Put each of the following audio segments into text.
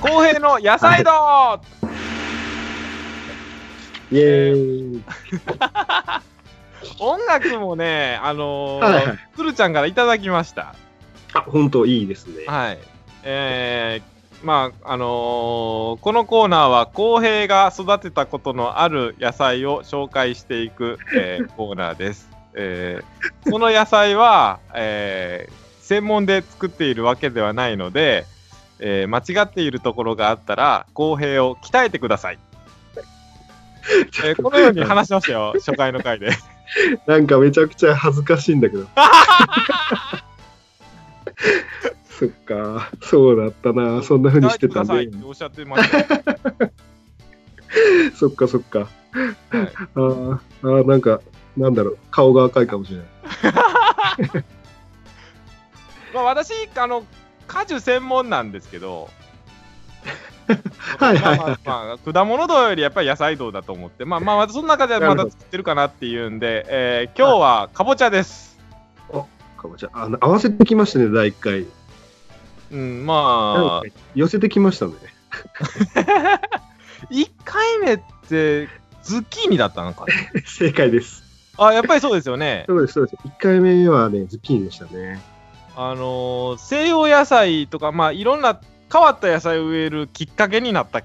公平の野菜道、イエーイ。音楽もね、あのーはいはいつるちゃんからいただきました。あ、本当いいですね。はい。えー、まあ、あのーこのコーナーは、公平が育てたことのある野菜を紹介していく、えーコーナーです。えーその野菜は、えー専門で作っているわけではないので、えー間違っているところがあったら、公平を鍛えてください。えーこのように話しましたよ、初回の回で。なんかめちゃくちゃ恥ずかしいんだけど。 そっか、そうだったな。そんな風にしてたん鍛えでてくださいっ。ておっしゃってましたよ。 そっかそっか。はいあーあー、なんか、なんだろう、顔が赤いかもしれない。まあ、私あの果樹専門なんですけど はいはいまあまあまあ果物道よりやっぱり野菜道だと思ってまあまあその中ではまなるだほど作ってるかなっていうんで、えー今日はかぼちゃです、かぼちゃ。あの合わせてきましたね、第1回。うんまあなんか寄せてきましたね。 1回目ってズッキーニだったのかな正解です。あやっぱりそうですよ ねそうです、そうです。1回目はね、ズッキーニでしたね。あのー西洋野菜とかまあいろんな変わった野菜を植えるきっかけになった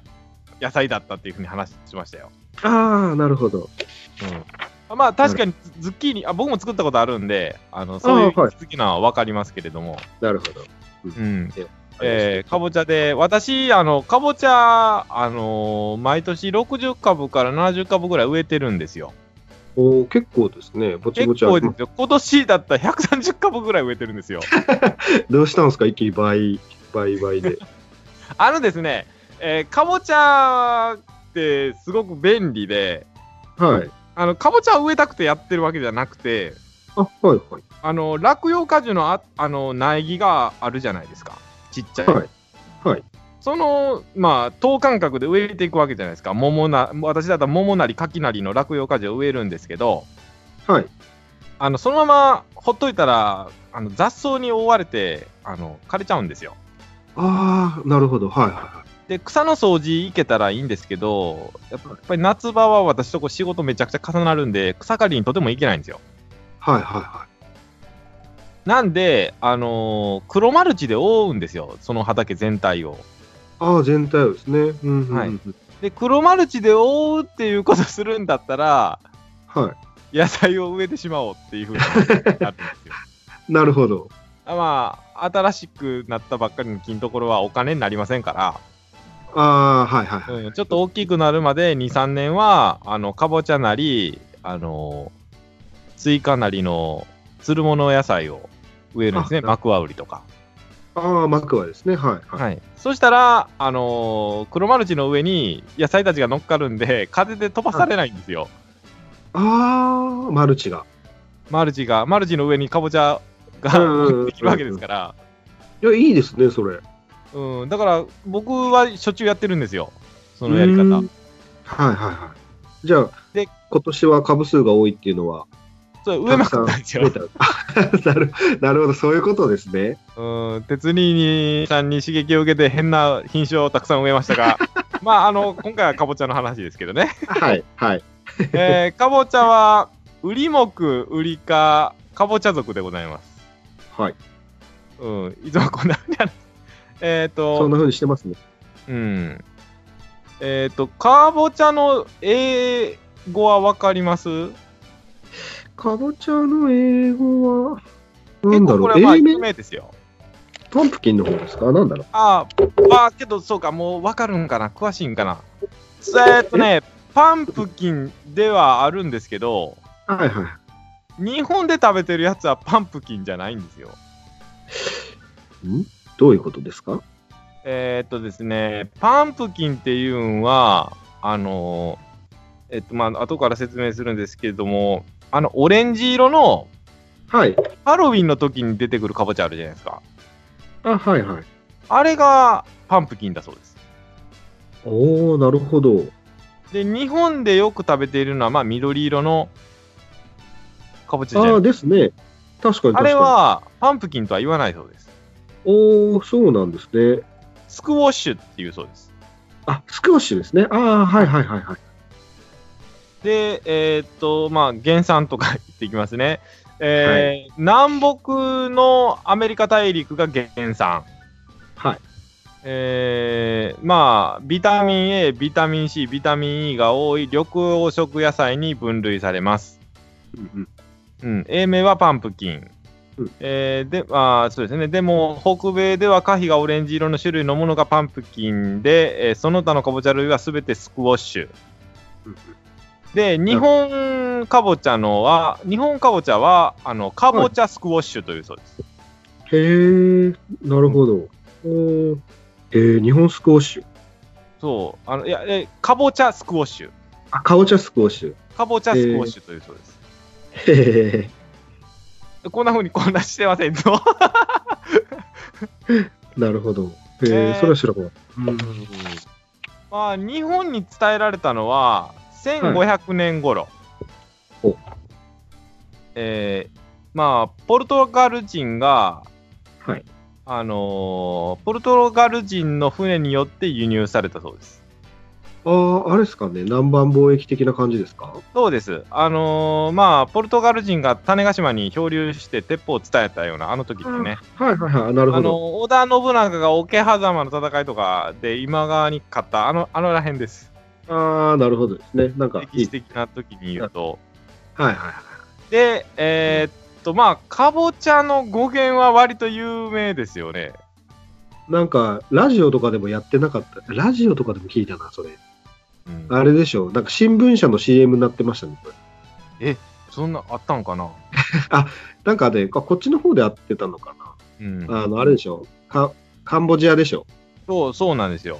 野菜だったっていうふうに話しましたよああ、なるほど。うん、まあ確かにズズッキーニあ僕も作ったことあるんであのそういうあはい好きなのは分かりますけれども、なるほど。うんでえー、かぼちゃで私あのかぼちゃ、あのー毎年60株から70株ぐらい植えてるんですよおー結構ですね。ぼち結ぼちあ構るですよ今年だったら130株ぐらい植えてるん ですよどうしたんですか一気に倍、倍、倍で。あのですね、えー、かぼちゃってすごく便利ではい。あのかぼちゃを植えたくてやってるわけじゃなくてあ、はい、はい。あの落葉果樹のああの苗木があるじゃないですかちっちゃい、はい。そのまあ等間隔で植えていくわけじゃないですか桃な私だったら桃なり柿なりの落葉果樹を植えるんですけどはい。あのそのままほっといたらあの雑草に覆われてあの枯れちゃうんですよああ、なるほど。はい、はい、はい。で草の掃除いけたらいいんですけどやっぱり夏場は私とこ仕事めちゃくちゃ重なるんで草刈りにとてもいけないんですよはい、はい、はなんで、あのー黒マルチで覆うんですよその畑全体をい。ああ、全体をですね。うん、うん、うん。で黒マルチで覆うっていうことするんだったらは野菜を植えてしまおうっていうふうになるんですよ。 い。なるほど。あまあ新しくなったばっかりの金ところはお金になりませんかああ、はい、はい、ら、はい。うん、ちょっと大きくなるまで23年はあのかぼちゃなりあのスイカなりのつるもの野菜を植えるんですねあマクワウリとか。ああ、マクはですね。はい、はい。はい、そしたら、あの黒マルチの上に野菜たちが乗っかるんで風で飛ばされないんですよ。ああ、マルチが。マルチがマルチの上にかぼちゃうんうが んうんできるわけですから。いや、いいですね、それ。うん、だから僕はしょっちゅうやってるんですよ、そのやりう方ん。はい、はい、はい。じゃあ、で今年は株数が多いっていうのは、 それ植えまくったんですよ。なるなるほど、そういうことですね。うん、鉄人さんに刺激を受けて変な品種をたくさん植えましたが、 まあ、あの、今回はかぼちゃの話ですけど ね。はい、はい。えー、かぼちゃは、ウリモク、ウリ科、かぼちゃ族でございます。 はい。うん、いつもこんなふうに話す えっ、ー、そと、んな風にしてますね。うん。えっ、ー、と、かぼちゃの英語はわかりますかぼちゃの英語は、な結んだ構ころう、れはまあ英有名名ですよ。パンプキンの方ですかなんだろあーあー、けどそうか、もう分かるんかな、詳しいんかな。えーっとね、パンプキンではあるんですけど、うはいは日本で食べてるやつはパンプキンじゃないんですよ。い。んどういうことですかえーっとですね、パンプキンっていうんは、あのーえっと、まあ、後から説明するんですけれども、あの、オレンジ色のはい。ハロウィンの時に出てくるかぼちゃあるじゃないですか。あ、はいはい。あれがパンプキンだそうです。おー、なるほど。で、日本でよく食べているのは、まあ、緑色のかぼちゃじゃないですかああ、ですね。確かに確かに。あれはパンプキンとは言わないそうです。おー、そうなんですね。スクウォッシュっていうそうです。あ、スクワッシュですね。ああ、はいはいはいはい。で、えーっと、まあ、原産とか言っていきますね。えー南北のアメリカ大陸が原産。はい。えーまあ、ビタミン A、ビタミン C、ビタミン E が多い緑黄色野菜に分類されます。うんうん、うん、英名はパンプキン。うんえーであーそうですね、でも北米では可否がオレンジ色の種類のものがパンプキンで、えーその他のかぼちゃ類はすべてスクウォッシュうんで日本かぼちゃのは日本かぼちゃはあのかぼちゃスクウォッシュというそうです、へえ、なるほど。おーえー、日本スクワッシュ。そうあのいやえーかぼちゃスクウォッシュあ、かぼちゃスクワッ シュ。かぼちゃスクウォッシュというそうです、へえ、こんなふうに混乱してませんとなるほど。ええー、ーそれは知らなかった。うんまあ日本に伝えられたのは1500年頃、おえーまあポルトガル人がはい。あのーポルトガル人の船によって輸入されたそうですああ、あれですかね。南蛮貿易的な感じですかそうですあのーまあポルトガル人が種子島に漂流して鉄砲を伝えたようなあの時ですね、はいはいはい。なるあほのど。織田信長が桶狭間の戦いとかで今川に勝ったあのあのらへんですああ、なるほどですね。なんか、い歴い史的な時に言うとはいはいはい。でえーっとまあかぼちゃの語源は割と有名ですよねなんか、ラジオとかでもやってなかった。ラジオとかでも聞いたな、それ。うんあれでしょ。なんか、新聞社の CM になってましたね、これ。そんなあったんかななんかね、ここっちの方でやってたのかうんな。あの、あれでしょ。かカンボジアでしょ。そうそうなん ですよ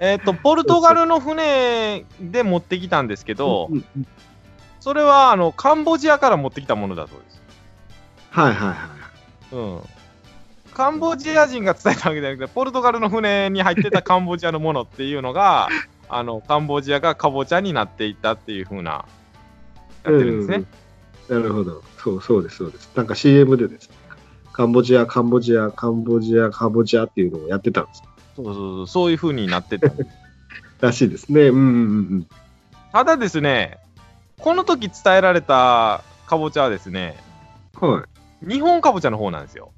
えーっとポルトガルの船で持ってきたんですけど、うんうんそれはあのカンボジアから持ってきたものだそうです。はいはいはい。うん。カンボジア人が伝えたわけじゃなくて、ポルトガルの船に入ってたカンボジアのものっていうの が、あのカンボジアがカボチャになっていったっていう風な、やってるんですね。うんうんなるほど。そうそうです、そうです。なんか CM でですね、カンボジア、カンボジア、カンボジア、カンボジアっていうのをやってたんです。そうそうそう、そういう風になってた。らしいですね。うんうんうんただですね、この時伝えられたカボチャはですね、うん。はい。日本カボチャの方なんですよ。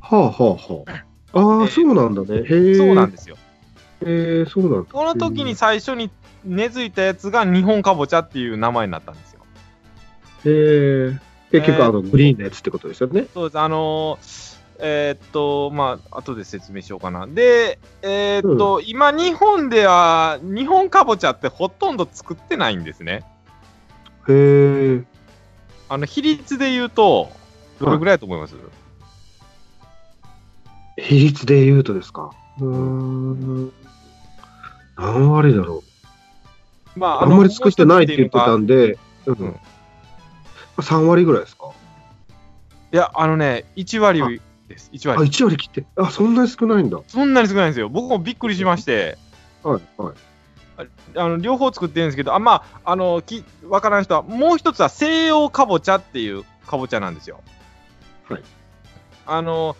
はあはあはあ。ああ、えーそうなんだね。へえ。そうなんですよ。へえ、そうなんだ。この時に最初に根付いたやつが日本カボチャっていう名前になったんですよ。へえ。結え局、ーあの、グリーンのやつってことですよね。そうです、あのーえーっと、まあ、後で説明しようかな。で、えーっと、今、日本では、日本かぼちゃってほとんど作ってないんですね。へえ。あの、比率で言うと、どれぐらいだと思います、比率で言うとですか。うーん。何割だろう。まああんまり作ってないって言ってたで。んで、ううんん。3割ぐらいですか。いや、あのね、1割です、1あ、割。 1割切って。あ、そんなに少ないんだ。そんなに少ないんですよ。僕もびっくりしまして、はいはい。あの両方作ってるんですけど、あまあ、あのきわからん人は、もう一つは西洋かぼちゃっていうかぼちゃなんですよ。はい。あの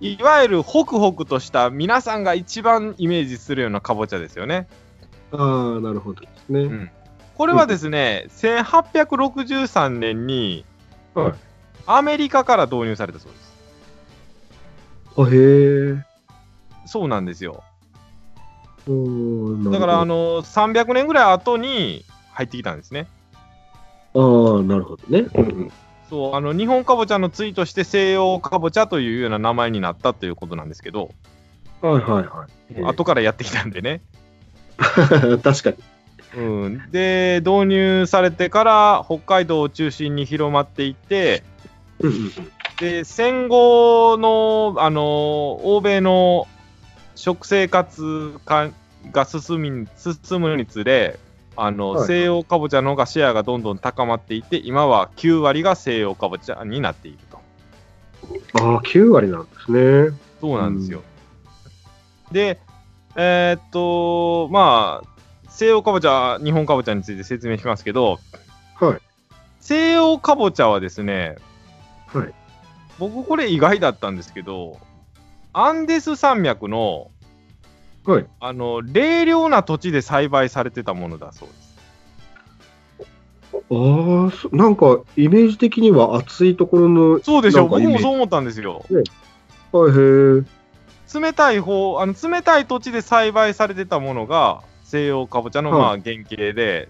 いわゆるホクホクとした皆さんが一番イメージするようなかぼちゃですよね。ああ、なるほどですんね。これはですね、1863年にはい。アメリカから導入されたそうです。あ、へえ。そうなんですよ。おーだからあなるの300年ぐらい後に入ってきたんですね。ほどああ、なるほどね。うんうんそうあの日本かぼちゃの対として西洋かぼちゃというような名前になったということなんですけど、はいはいはい。えー後からやってきたんでね。 確かに。うん、で導入されてから北海道を中心に広まっていってうんうんで戦後の、あの欧米の食生活化が進み進むにつれあの、はい西洋かぼちゃの方がシェアがどんどん高まっていて今は9割が西洋かぼちゃになっていると。ああ、9割なんですね。そうなんですよ。で、えーっと、まあ、西洋かぼちゃ、日本かぼちゃについて説明しますけど、はい。西洋かぼちゃはですね、はい。僕これ意外だったんですけど、アンデス山脈の、はいあの冷涼な土地で栽培されてたものだそうです。ああ、そなんかイメージ的には暑いところの、そうでしょなんかイ僕メージもそう思ったんですよ。あへえ、冷たい方あの冷たい土地で栽培されてたものが西洋かぼちゃのまあは原型で、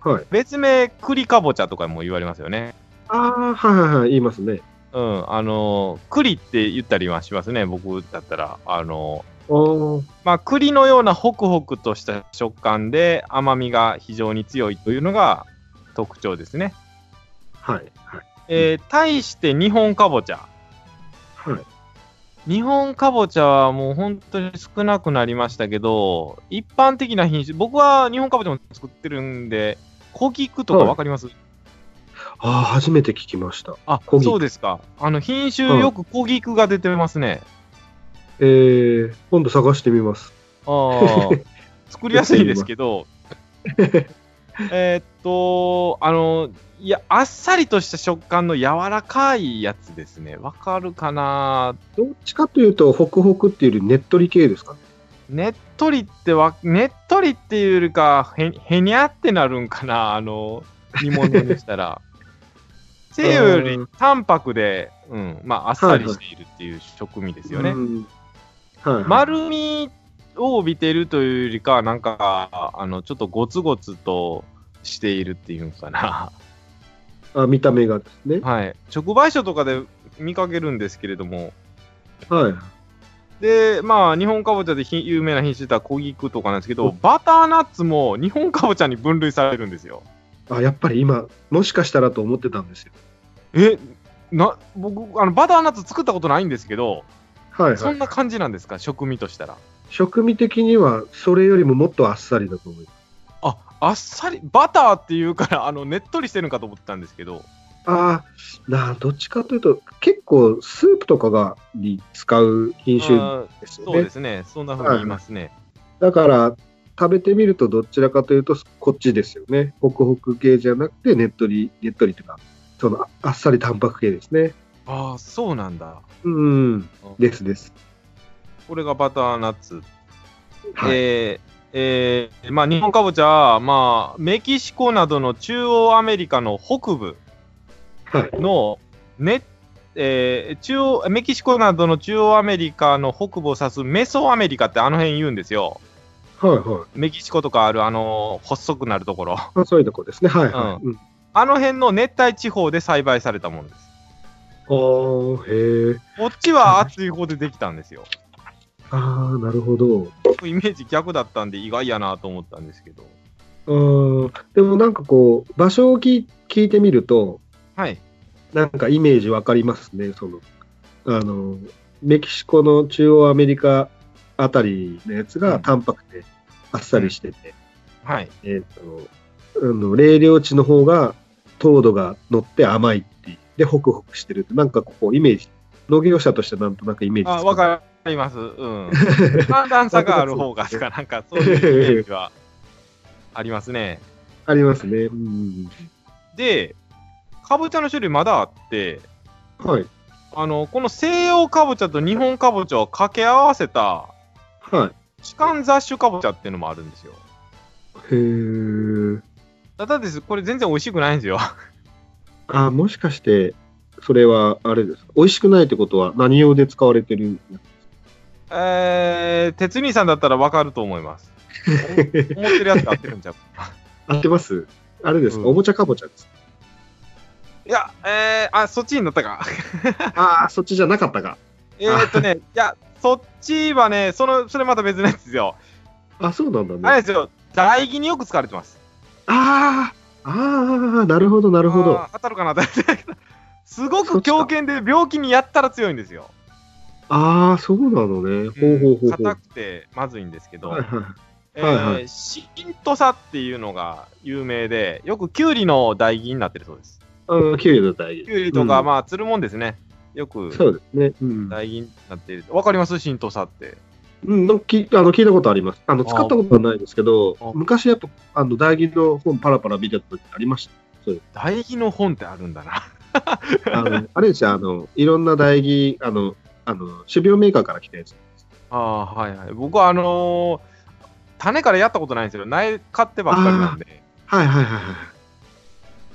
はい。別名栗かぼちゃとかも言われますよね。ああ、はいはいはい、言いますね。うん、あの栗って言ったりはしますね僕だったら。あのああ、まあ、栗のようなホクホクとした食感で甘みが非常に強いというのが特徴ですね。はいはいえー対して日本かぼちゃ。はい。日本かぼちゃはもう本当に少なくなりましたけど、一般的な品種、僕は日本かぼちゃも作ってるんで、小菊とかわかります、ああ、初めて聞きました。あ小、菊そうですか。あの品種よく小菊が出てますね。えー、今度探してみます。ああ、作りやすいですけど、えーっと、あの、いや、あっさりとした食感の柔らかいやつですね。わかるかなどっちかというと、ホクホクっていうよりねっとり系ですかね。ねっとりってわ、ねっとりっていうよりか、へへにゃってなるんかなあの、煮物にしたら。西洋より淡白で、うん、まあ、あっさりしているっていう食味ですよね。うんはい、はい。丸みを帯びてるというよりかはなんかあのちょっとゴツゴツとしているっていうんかな あ見た目がですね。はい直売所とかで見かけるんですけれどもはい。でまあ日本かぼちゃでひ有名な品種だったら小菊とかなんですけどバターナッツも日本かぼちゃに分類されるんですよあ、やっぱり今、もしかしたらと思ってたんですよ。えな僕あのバターナッツ作ったことないんですけどはいそはいん。な感じなんですか食味としたら食味的には、それよりももっとあっさりだと思います。ああっさりバターっていうからあのねっとりしてるんかと思ってたんですけどああ、なあ、どっちかというと、結構、スープとかがに使う品種あーですよそうねで。すね、そんなふうに言いますね。だから、食べてみると、どちらかというと、こっちですよね。ホクホク系じゃなくて、ねっとり、ねっとりというか、その、ああっさり淡白系ですね。ああ、そうなんだ。うん、ですです。これがバターナッツ。はい。えーえーまあ、日本かぼちゃは、まあ、メキシコなどの中央アメリカの北部はい。の、ねえー中央メキシコなどの中央アメリカの北部を指すメソアメリカってあの辺言うんですよ。はいはい。メキシコとかあるあの細くなるところ。あそういうとこですね。はいはい。うんあの辺の熱帯地方で栽培されたものです。ああ、へえ。こっちは暑い方でできたんですよ。ああ、なるほど。イメージ逆だったんで意外やなと思ったんですけど。うん。でもなんかこう、場所をき聞いてみると、はい。なんかイメージわかりますね。その、あの、メキシコの中央アメリカあたりのやつうがん淡白で、あっさりしてて、はい。えっ、と、あの、冷涼地の方が糖度が乗って甘いっていう。で、ホクホクしてるって、なんかここイメージ。農業者としてなんとなくイメージつく。あ、わかります。うん。寒暖差がある方がとか、なんかそういうイメージはありますね。ありますね。うん。で、かぼちゃの種類まだあって、はい。あの、この西洋かぼちゃと日本かぼちゃを掛け合わせた、はい。痴漢雑種かぼちゃっていうのもあるんですよ。へえ。ただです、これ全然美味しくないんですよ。 あ、もしかして、それは、あれですか。美味しくないってことは、何用で使われてるえー、鉄兄さんだったらわかると思います。思ってるやつが合ってるんちゃう合ってますあれですか、うんおもちゃかぼちゃです。 いや、えー、あ、そっちになったか。ああ、そっちじゃなかったか。 えーっとね、いや、そっちはね、その、それまた別のやつですよ。あ、そうなんだね。あれですよ、唾液によく使われてます。ああ、ああ、なるほど、なるほど。あー当たるかな、当たるすごく強健で病気にやったら強いんですよ。ああ、そうなのね。ほうほうほうほう。硬くてまずいんですけど、 はいはい。えーはいはシントサっていうのが有名で、よくキュウリの唾液になってるそうです。うん、キュウリの大キュウリとか、うんまあ、つるもんですね。よくそうですね。うん。唾液になっている。わかりますシントサって。うん、なんかきあの聞いたことあります。あのあー使ったことはないですけどあ、昔やっぱ、あの、大銀の本パラパラ見てた時ありました。 唾液の本ってあるんだな。あのあれですよ、あの、いろんな大義、あの、あの種苗メーカーから来たやつ。ああ、はいはい。僕はあのー種からやったことないんですよ。苗買ってばっかりなんで。はいはいはいはい。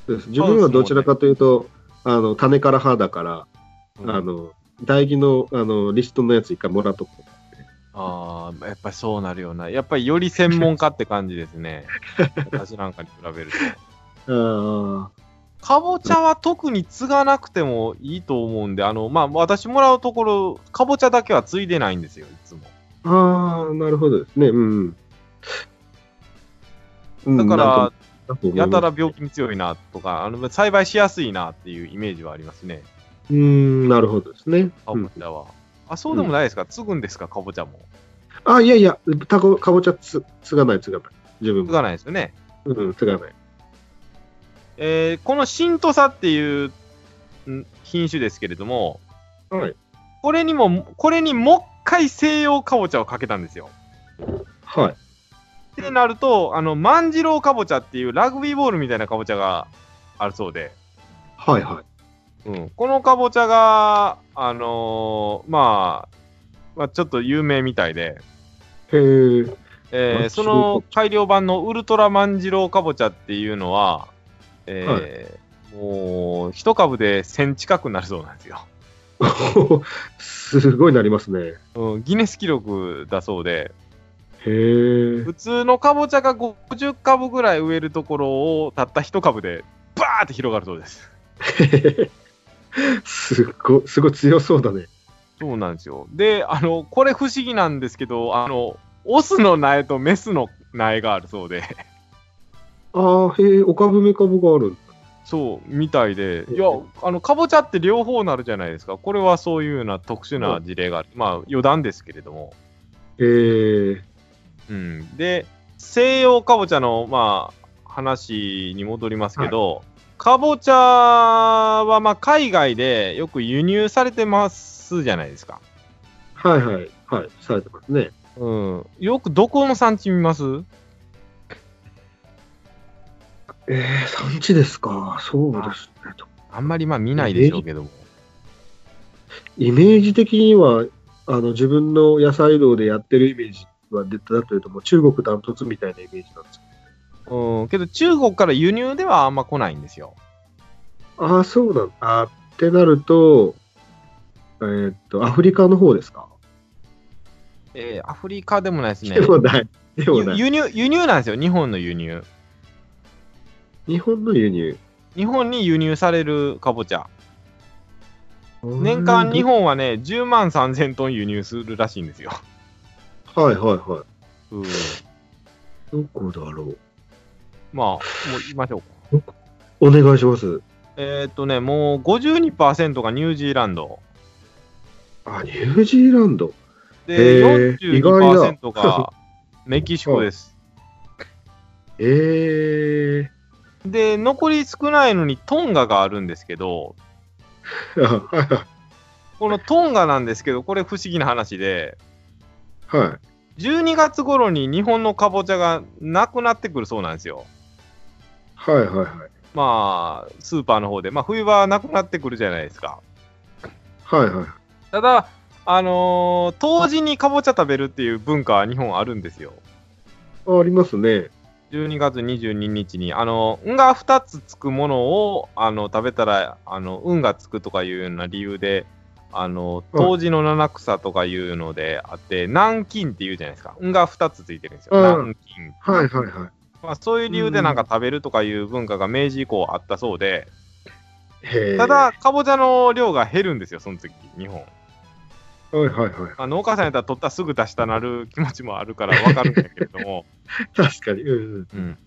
そうです自分はどちらかというと、あの種から歯だから、うんあの唾液のあのリストのやつ一回もらっとく。ああ、やっぱりそうなるような。やっぱりより専門家って感じです ね。私なんかに比べると。あかぼちゃは特に継がなくてもいいと思うんで、あの、まあ、私もらうところ、かぼちゃだけは継いでないんですよ、いつも。あー、なるほどですね。うん。うんだか、なんとら、やた。なんと思いますら病気に強いなとか、あの栽培しやすいなっていうイメージはありますね、うーん、なるほどですね。かぼうんちゃは。あ、そうでもないですか、継ぐんですか、かぼちゃも。あ、いやいや、たこかぼちゃつつがないつがない。自分継も。がないですよね。うん、つがない。えーこの新土佐っていうん品種ですけれども、はい。これにも、これにもっかい西洋かぼちゃをかけたんですよ。はい。ってなると、あの、万次郎かぼちゃっていうラグビーボールみたいなかぼちゃがあるそうで、はいはい。うん、このかぼちゃが、あのーまあ、まあ、ちょっと有名みたいで、へえ。えー万次そ郎の改良版のウルトラ万次郎かぼちゃっていうのは、えーもう、一株で1000近くなるそうなんですよ。 すごいなりますね。うん、ギネス記録だそうで、へえ。普通のかぼちゃが50株ぐらい植えるところをたった一株でバーって広がるそうです。すごい、すごい強そうだね。そうなんですよ。で、あの、これ不思議なんですけど、あの、オスの苗とメスの苗があるそうで、ああ、へえ、おかぶめかぶがある。そう、みたいで、いやうん、あの、かぼちゃって両方なるじゃないですか。これはそういうような特殊な事例がある。まあ、余談ですけれども。へえ。うん。で、西洋かぼちゃの、まあ、話に戻りますけど、かぼちゃは、まあ、海外でよく輸入されてますじゃないですか。はいはい。はい。されてますね。うん。よくどこの産地見ますええ、産地ですか。そうですね。あんまりまあ見ないでしょうけども。イメージ的には、あの、自分の野菜道でやってるイメージは出たというと、もう中国ダントツみたいなイメージなんですうん、けど中国から輸入ではあんま来ないんですよ。ああ、そうなんだ。あーってなると、えーっと、アフリカの方ですか、えーアフリカでもないですねで。もない。でもゆない。輸入、輸入なんですよ、日本の輸入。日本の輸入。日本に輸入されるかぼちゃ。年間日本はね、10万3000トン輸入するらしいんですよ。本。はいはいはい。うん、どこだろう。まあ、もう行きましょうか。お願いします。えーっとね、もう52%がニュージーランド。あ、ニュージーランド。で、へー意外42%が メキシコです。えー。 で、残り少ないのにトンガがあるんですけど、あはいはこのトンガなんですけど、これ不思議な話で、いはい。 12月頃に日本のかぼちゃがなくなってくるそうなんですよ。はいはいはい。まあ、スーパーの方で。まあ、冬場はなくなってくるじゃないですか。はいはい。ただ、あのー冬至にかぼちゃ食べるっていう文化は日本あるんですよ。あありますね。 12月22日に、あの、運が2つつくものを、あの、食べたら、あの、運がつくとかいうような理由で、あの、はい冬至の七草とかいうのであって、南京っていうじゃないですか。運が2つついてるんですよ。うん南京。はいはいはまあ、そういう理由でなんか食べるとかいう文化が明治以降あったそうで、い。へーただ、かぼちゃの量が減るんですよ、その時、日本。はいはいはい。まあ、農家さんやったら取ったらすぐ出したなる気持ちもあるからわかるんだけれども、確かに。うん うん。うん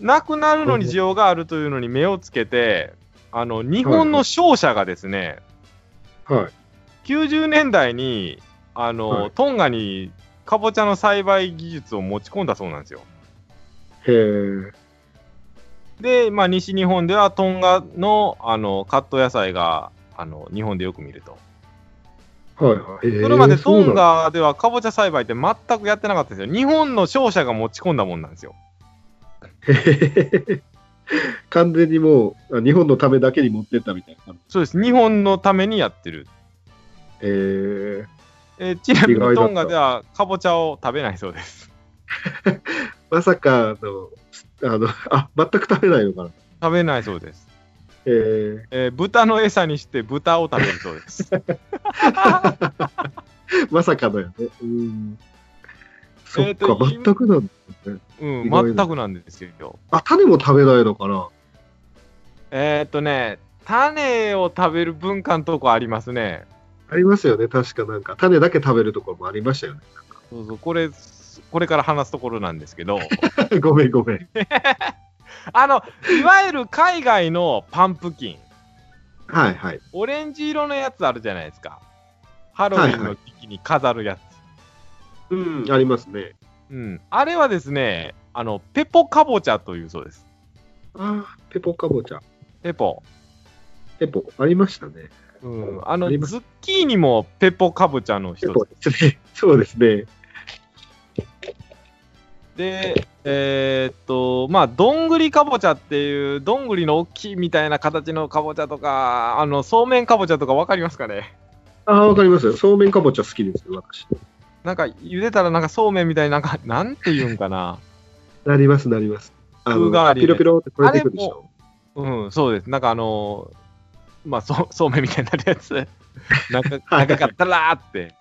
なくなるのに需要があるというのに目をつけて、あの日本の商社がですね、はい。 90年代にあの、はいトンガにかぼちゃの栽培技術を持ち込んだそうなんですよ。へえ。で、まあ、西日本ではトンガのあのカット野菜があの日本でよく見ると。はいはい。へーそれまでトン。そうなんだガではかぼちゃ栽培って全くやってなかったんですよ。日本の商社が持ち込んだもんなんですよ。へへへ 完全にもう、あ日本のためだけに持ってったみたいな感じ。そうです。日本のためにやってる。えー、えーちなみ意外だっにたトンガではかぼちゃを食べないそうです。まさかの、あの、 あ、全く食べないのかな。食べないそうです。えー、えー豚の餌にして豚を食べるそうです。 まさかのやね。うん。そえっーか、と今全くなんだね。う意ん、外だ全くなんですよ。あ、種も食べないのかな。えーっ、とね、種を食べる文化のとこありますね。ありますよね、確かなんか。種だけ食べるところもありましたよね。そうそう、これ、これから話すところなんですけど、 ごめん、ごめん。あの、いわゆる海外のパンプキン、はい、はい。オレンジ色のやつあるじゃないですか。ハロウィンの時期に飾るやつ。うん、ありますね。うん。あれはですね、あの、ペポカボチャというそうです。あー、ペポかぼちゃ。ペポ。ペポ、ありましたね。うん。あの、ありますズッキーニもペポカボチャのペ一ポつ。ですね。 そうですね。で、えーっと、まあ、どんぐりかぼちゃっていう、どんぐりの大きいみたいな形のかぼちゃとか、あの、そうめんかぼちゃとかわかりますかねあー、わかりますよ。そうめんかぼちゃ好きですよ、私。なんか、茹でたらなんかそうめんみたいになんか、なんて言うんかな。なります、なります。あ風変わの、りピねロピロってこれてくるでしょ。うん、そうです。なんかあのーまあ、そう、そうめんみたいになるやつ。なんか、はい長かったらーって。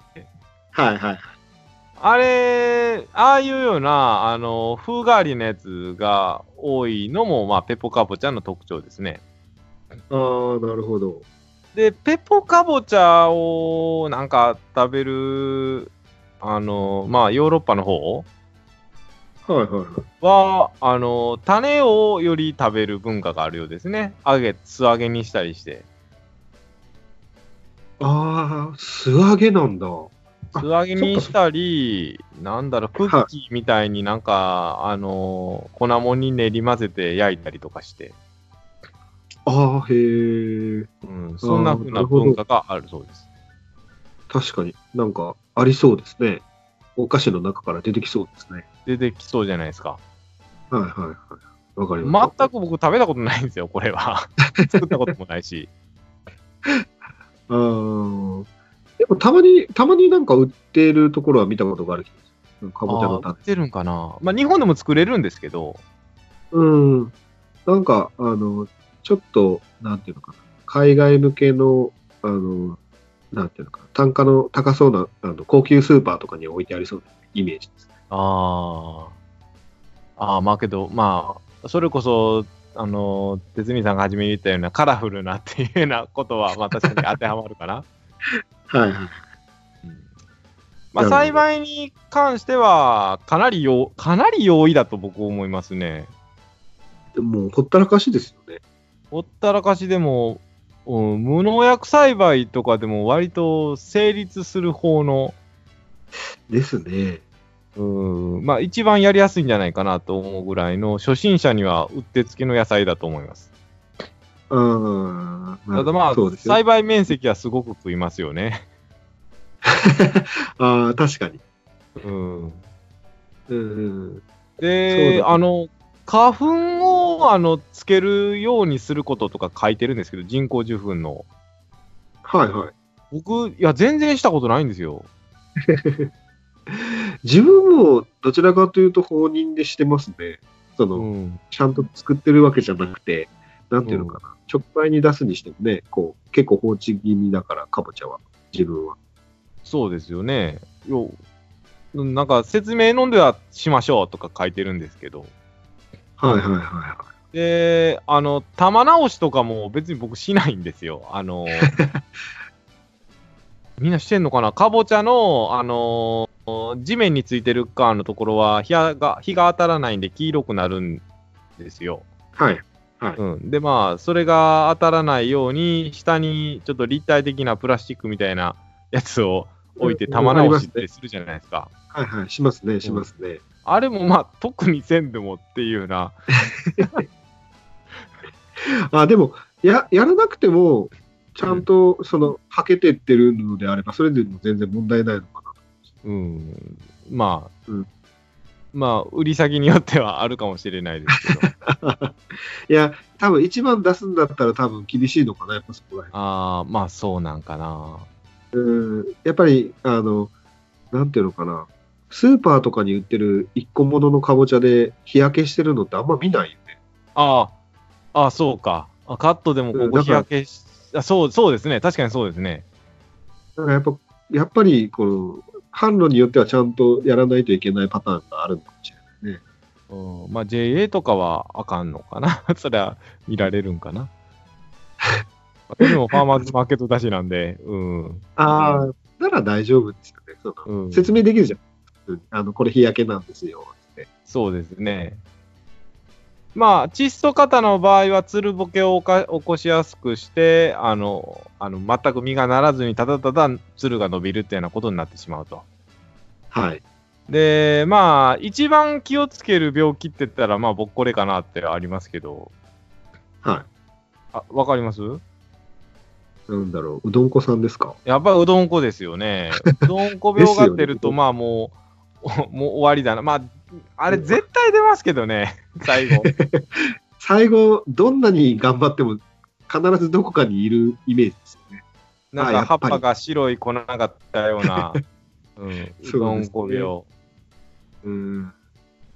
はい、はい。あれ、ああいうような、あのー風変わりなやつが多いのも、まあ、ペポカボチャの特徴ですね。あー、なるほど。で、ペポカボチャをなんか食べる、あのーまあ、ヨーロッパの方はい、はい、はい。は、あのー種をより食べる文化があるようですね。揚げ、素揚げにしたりして。ああ、素揚げなんだ。あ素揚げにしたり、なんだろう、クッキーみたいになんか、あのー粉もんに練り混ぜて焼いたりとかして、ああ、へえ、うん、そんな風あーななるほど文化があるそうです。確かになんかありそうですね。お菓子の中から出てきそうですね。出てきそうじゃないですか。はいはいはい。わかり全くます。僕食べたことないんですよ、これ は。作ったこともないし。あーでもたまに、たまになんか売ってるところは見たことがある気がする。かぼちゃのあー売種っ。てるんかな。まあ、日本でも作れるんですけど、うん。なんか、あの、ちょっと、なんていうのかな。海外向けの、あの、なんていうのかな。単価の高そうな、あの高級スーパーとかに置いてありそうなイメージです。ああ、ああ、まあけど、まあ、それこそ、あのー、哲美さんが初めに言ったようなカラフルなっていうようなことは、まあ確かに当てはまるかな。 はいはい。まあ、なるほど栽培に関してはかなり容かなり容易だと僕思いますね。でももうほったらかしですよね。ほったらかしでも、うん、無農薬栽培とかでも割と成立する方の、ですね。うんまあ、一番やりやすいんじゃないかなと思うぐらいの初心者にはうってつけの野菜だと思います。ああ、ただまあ、そうですよ栽培面積はすごく食いますよね。ああ、確かに。うん、うんうん。そうで、だあの、花粉をあのつけるようにすることとか書いてるんですけど、人工授粉の。はいはい。僕、いや、全然したことないんですよ。自分もどちらかというと放任でしてますね。その、うん。ちゃんと作ってるわけじゃなくて、なんていうのかな。直売に出すにしてもね、こう、結構放置気味だから、かぼちゃは。自分は。そうですよね。よなんか、説明飲んではしましょうとか書いてるんですけど。はいはいはいはで、あの、玉直しとかも別に僕しないんですよ。あ の、みんなしてんのかなかぼちゃの、あの地面についてる皮のところは日が、日が当たらないんで黄色くなるんですよ。い。はい。うん、でまあそれが当たらないように下にちょっと立体的なプラスチックみたいなやつを置いてうん玉直しっありますねてするじゃないですか。はいはい。しますね、しますね。あれもまあ特にせんでもっていうような。あ、でも、や、やらなくても、ちゃんと、その、はけてってるのであれば、それでも全然問題ないのかな。うん、まあ、うんまあ売り先によってはあるかもしれないですけど。 いや、多分一番出すんだったら多分厳しいのかな、やっぱそこら辺。ああまあそうなんかな。うん、やっぱり、あの、なんていうのかな、スーパーとかに売ってる一個もののかぼちゃで日焼けしてるのってあんま見ないよね。ああ、ああ、そうか。あカットでもうこんこだ日から焼けし、あそう、そうですね。確かにそうですね。だからやっぱ、やっぱり、この、販路によってはちゃんとやらないといけないパターンがあるのかもしれない。うん、まあ JA とかはあかんのかな。 そりゃ見られるんか な。私もファーマーズマーケットだしなんで、うん。ああ、なら大丈夫ですよね。そのうん、説明できるじゃん。普通にあの、これ日焼けなんですよ。ってそうですね。まあ、窒素型の場合は、つるぼけをおか起こしやすくして、あの、あの全く実がならずに、ただただつるが伸びるっていうようなことになってしまうと。はい。で、まあ、一番気をつける病気って言ったら、まあ、僕これかなってありますけど、はあ、わかりますい。なんだろう、うどんこさんですかやっぱうどんこですよ ね。うどんこ病が出ると、ですよねまあもう、 おもう終わりだな。まあ、あれうん絶対出ますけどね、最後。最後、どんなに頑張っても、必ずどこかにいるイメージですよね。なんあやかっ葉ぱっりぱが白い粉があったよう な、うん、うどんこそうです病。うん。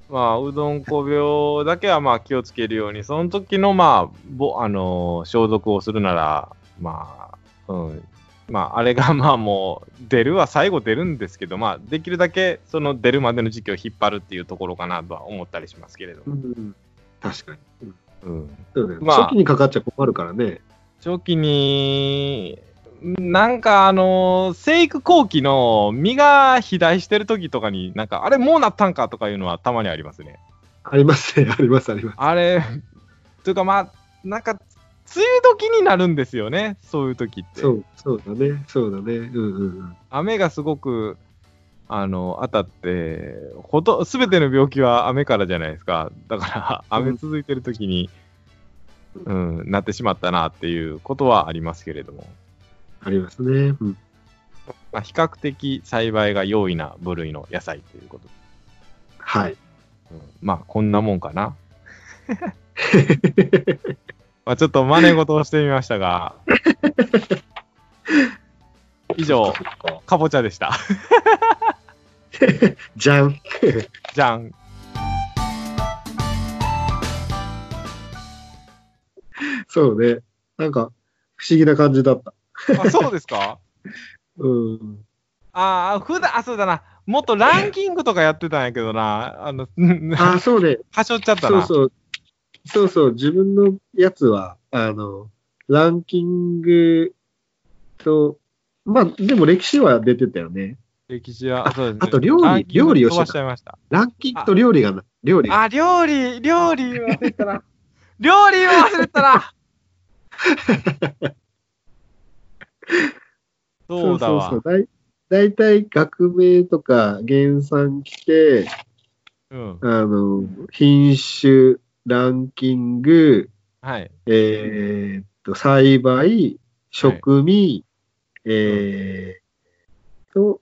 まあ、うどんこ病だけはまあ気をつけるように、その時のまあ、ぼあのー消毒をするなら、まあ、うん、まあ、あれがまあもう、出るは最後出るんですけど、まあ、できるだけその出るまでの時期を引っ張るっていうところかなとは思ったりしますけれども。うん、確かに。うん、そうだよねまあ初期にかかっちゃ困るからね。初期に、なんかあのー生育後期の実が肥大してる時とかに、なんか、あれもうなったんかとかいうのはたまにありますね。ありますね、あ ります、あります。あれ、 というかまあ、なんか、梅雨時になるんですよね、そういう時って。そう、そうだね、そうだね。うんうんうん。雨がすごく、あの、当たって、ほと、すべての病気は雨からじゃないですか。だから、うん雨続いてる時に、うん、なってしまったなっていうことはありますけれども。ありますね。うん、まあ、比較的栽培が容易な部類の野菜ということ。はい。うんまあ、こんなもんかな。 まあ、ちょっと真似事をしてみました が。以上、かぼちゃでした。じゃん。 じゃん。そうね。なんか、不思議な感じだった。あそうですかうん。ああ、普段、あ、そうだな。もっとランキングとかやってたんやけどな。あの、 あ、そうね。はしょっちゃったそうな。そう。そうそう。自分のやつは、あの、ランキングと、まあ、でも歴史は出てたよね。歴史は、そうですね。あと料理ランキング料理をし飛てたばしちゃいました。ランキングと料理がな、料理が。あ、料理、料理忘れたな。料理を忘れた な。そうだわ。そうそうだい。だいたい学名とか原産来て、うん。あの、品種、ランキング、はい。えーっと、栽培、食味、えーと、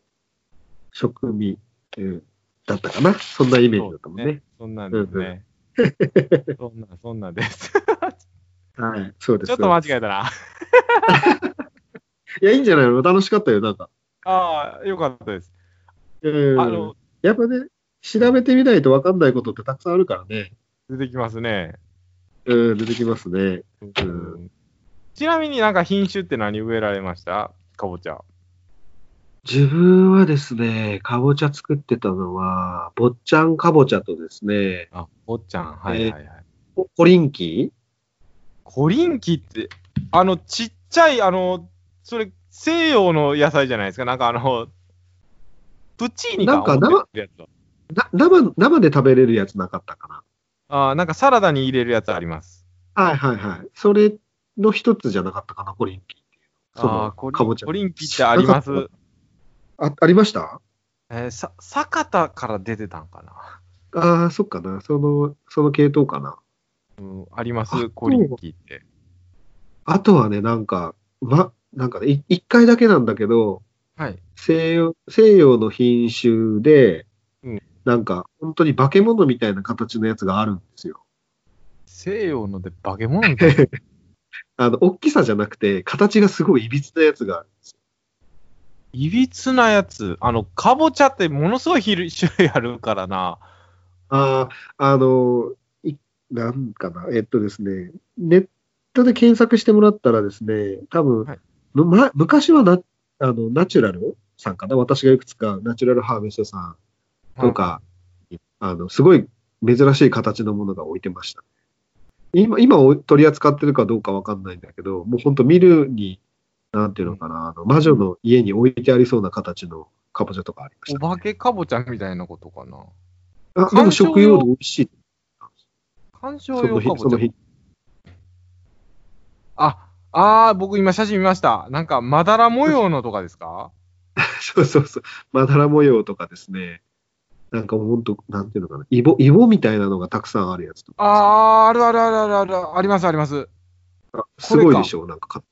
食味、うんだったかな。そんなイメージだったもんね。そうですねそんなんですね。そんな、そんなんです。はい、そうです。ちょっと間違ええたな。いや、いいんじゃないの楽しかったよ、なんか。ああ、よかったです。うあのん。、やっぱね、調べてみないと分かんないことってたくさんあるからね。出てきますね。うん、出てきますね。うんちなみになんか品種って何植えられましたかぼちゃ。自分はですね、かぼちゃ作ってたのは、坊ちゃんかぼちゃとですね、あ、ぼっちゃん。はいはいはい。ココリンキコリンキって、あの、ちっちゃい、あの、それ、西洋の野菜じゃないですか。なんかあの、プチーニかなんか思ってるやつーな生生で食べれるやつなかったかな。はあーなんかサラダに入れるやつあります。はいはいはい。それの一つじゃなかったかな、コリンキっていう。そあのあー、コかリンぼちゃコリンキってあります な。あ。ありましたえーさ、坂田から出てたんかな。ああ、そっかな。その、その系統かな。うん、ありまあそす、うコリンキって。あとはね、なんか、ま、なんかね、い一回だけなんだけど、はい。西洋、西洋の品種で、うんなんか、本当に化け物みたいな形のやつがあるんですよ。西洋ので化け物みたいな。あの、大きさじゃなくて、形がすごい歪なやつがあるんですよ。いびつなやつ。あの、かぼちゃってものすごい種類あるからな。ああ、あの、いなんかな、えっとですね、ネットで検索してもらったらですね、多分、はいむま昔はなあのナチュラルさんかな、私がいくつかナチュラルハーベストさんとか、あのすごい珍しい形のものが置いてました。今、今お取り扱ってるかどうかわかんないんだけど、もう本当見るに、なんていうのかな、あの魔女の家に置いてありそうな形のかぼちゃとかありましおた、ね化。けかぼちゃみたいなことかな。あでも食用で美味しい。観賞その用日か、そぼのちゃ日。。あ、あー、僕今写真見ました。なんか、まだら模様のとかですか そうそうそう。まだら模様とかですね。なんかもうほんと、なんていうのかな。イボ、イボみたいなのがたくさんあるやつとか。あー、あるあるあるあるある、ありますあります。あこすれかごいでしょ、なんかか。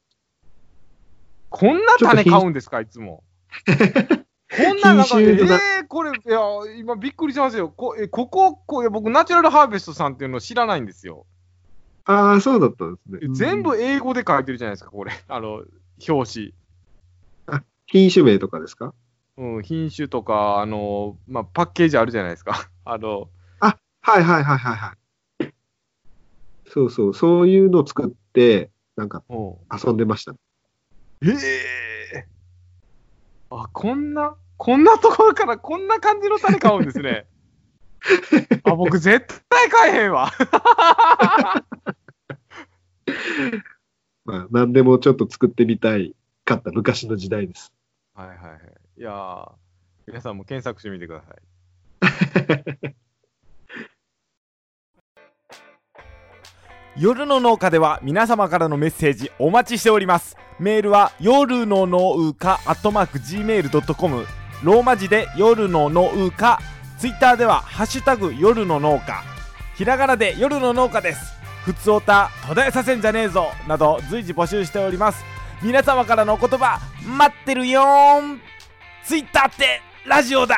こんな種買うんですか、いつも。こんな中で、え品種だー、これ、いや、今びっくりしますよ。こ、えここ、こいや僕、ナチュラルハーベストさんっていうの知らないんですよ。ああ、そうだったんですね。全うん部英語で書いてるじゃないですか、これ。あの、表紙。品種名とかですかうん、品種とか、あの、まあ、パッケージあるじゃないですか。 あの、はいはいはいはいはい。そうそう、そういうのを作って、なんかうん遊んでましたね。ええあ、こんな、こんなところからこんな感じの種買うんですね。あ、僕絶対買えへんわ。まあ、何でもちょっと作ってみたいかった昔の時代です。はいはいはい。いやー皆さんも検索してみてください。 夜の農家では皆様からのメッセージお待ちしておりますメールは夜の農家アットマーク Gmail.com ローマ字で夜の農家ツイッターではハッシュタグ夜の農家ひらがなで夜の農家ですふつおた途絶えさせんじゃねえぞなど随時募集しております皆様からのお言葉待ってるよーんツイッターってラジオだ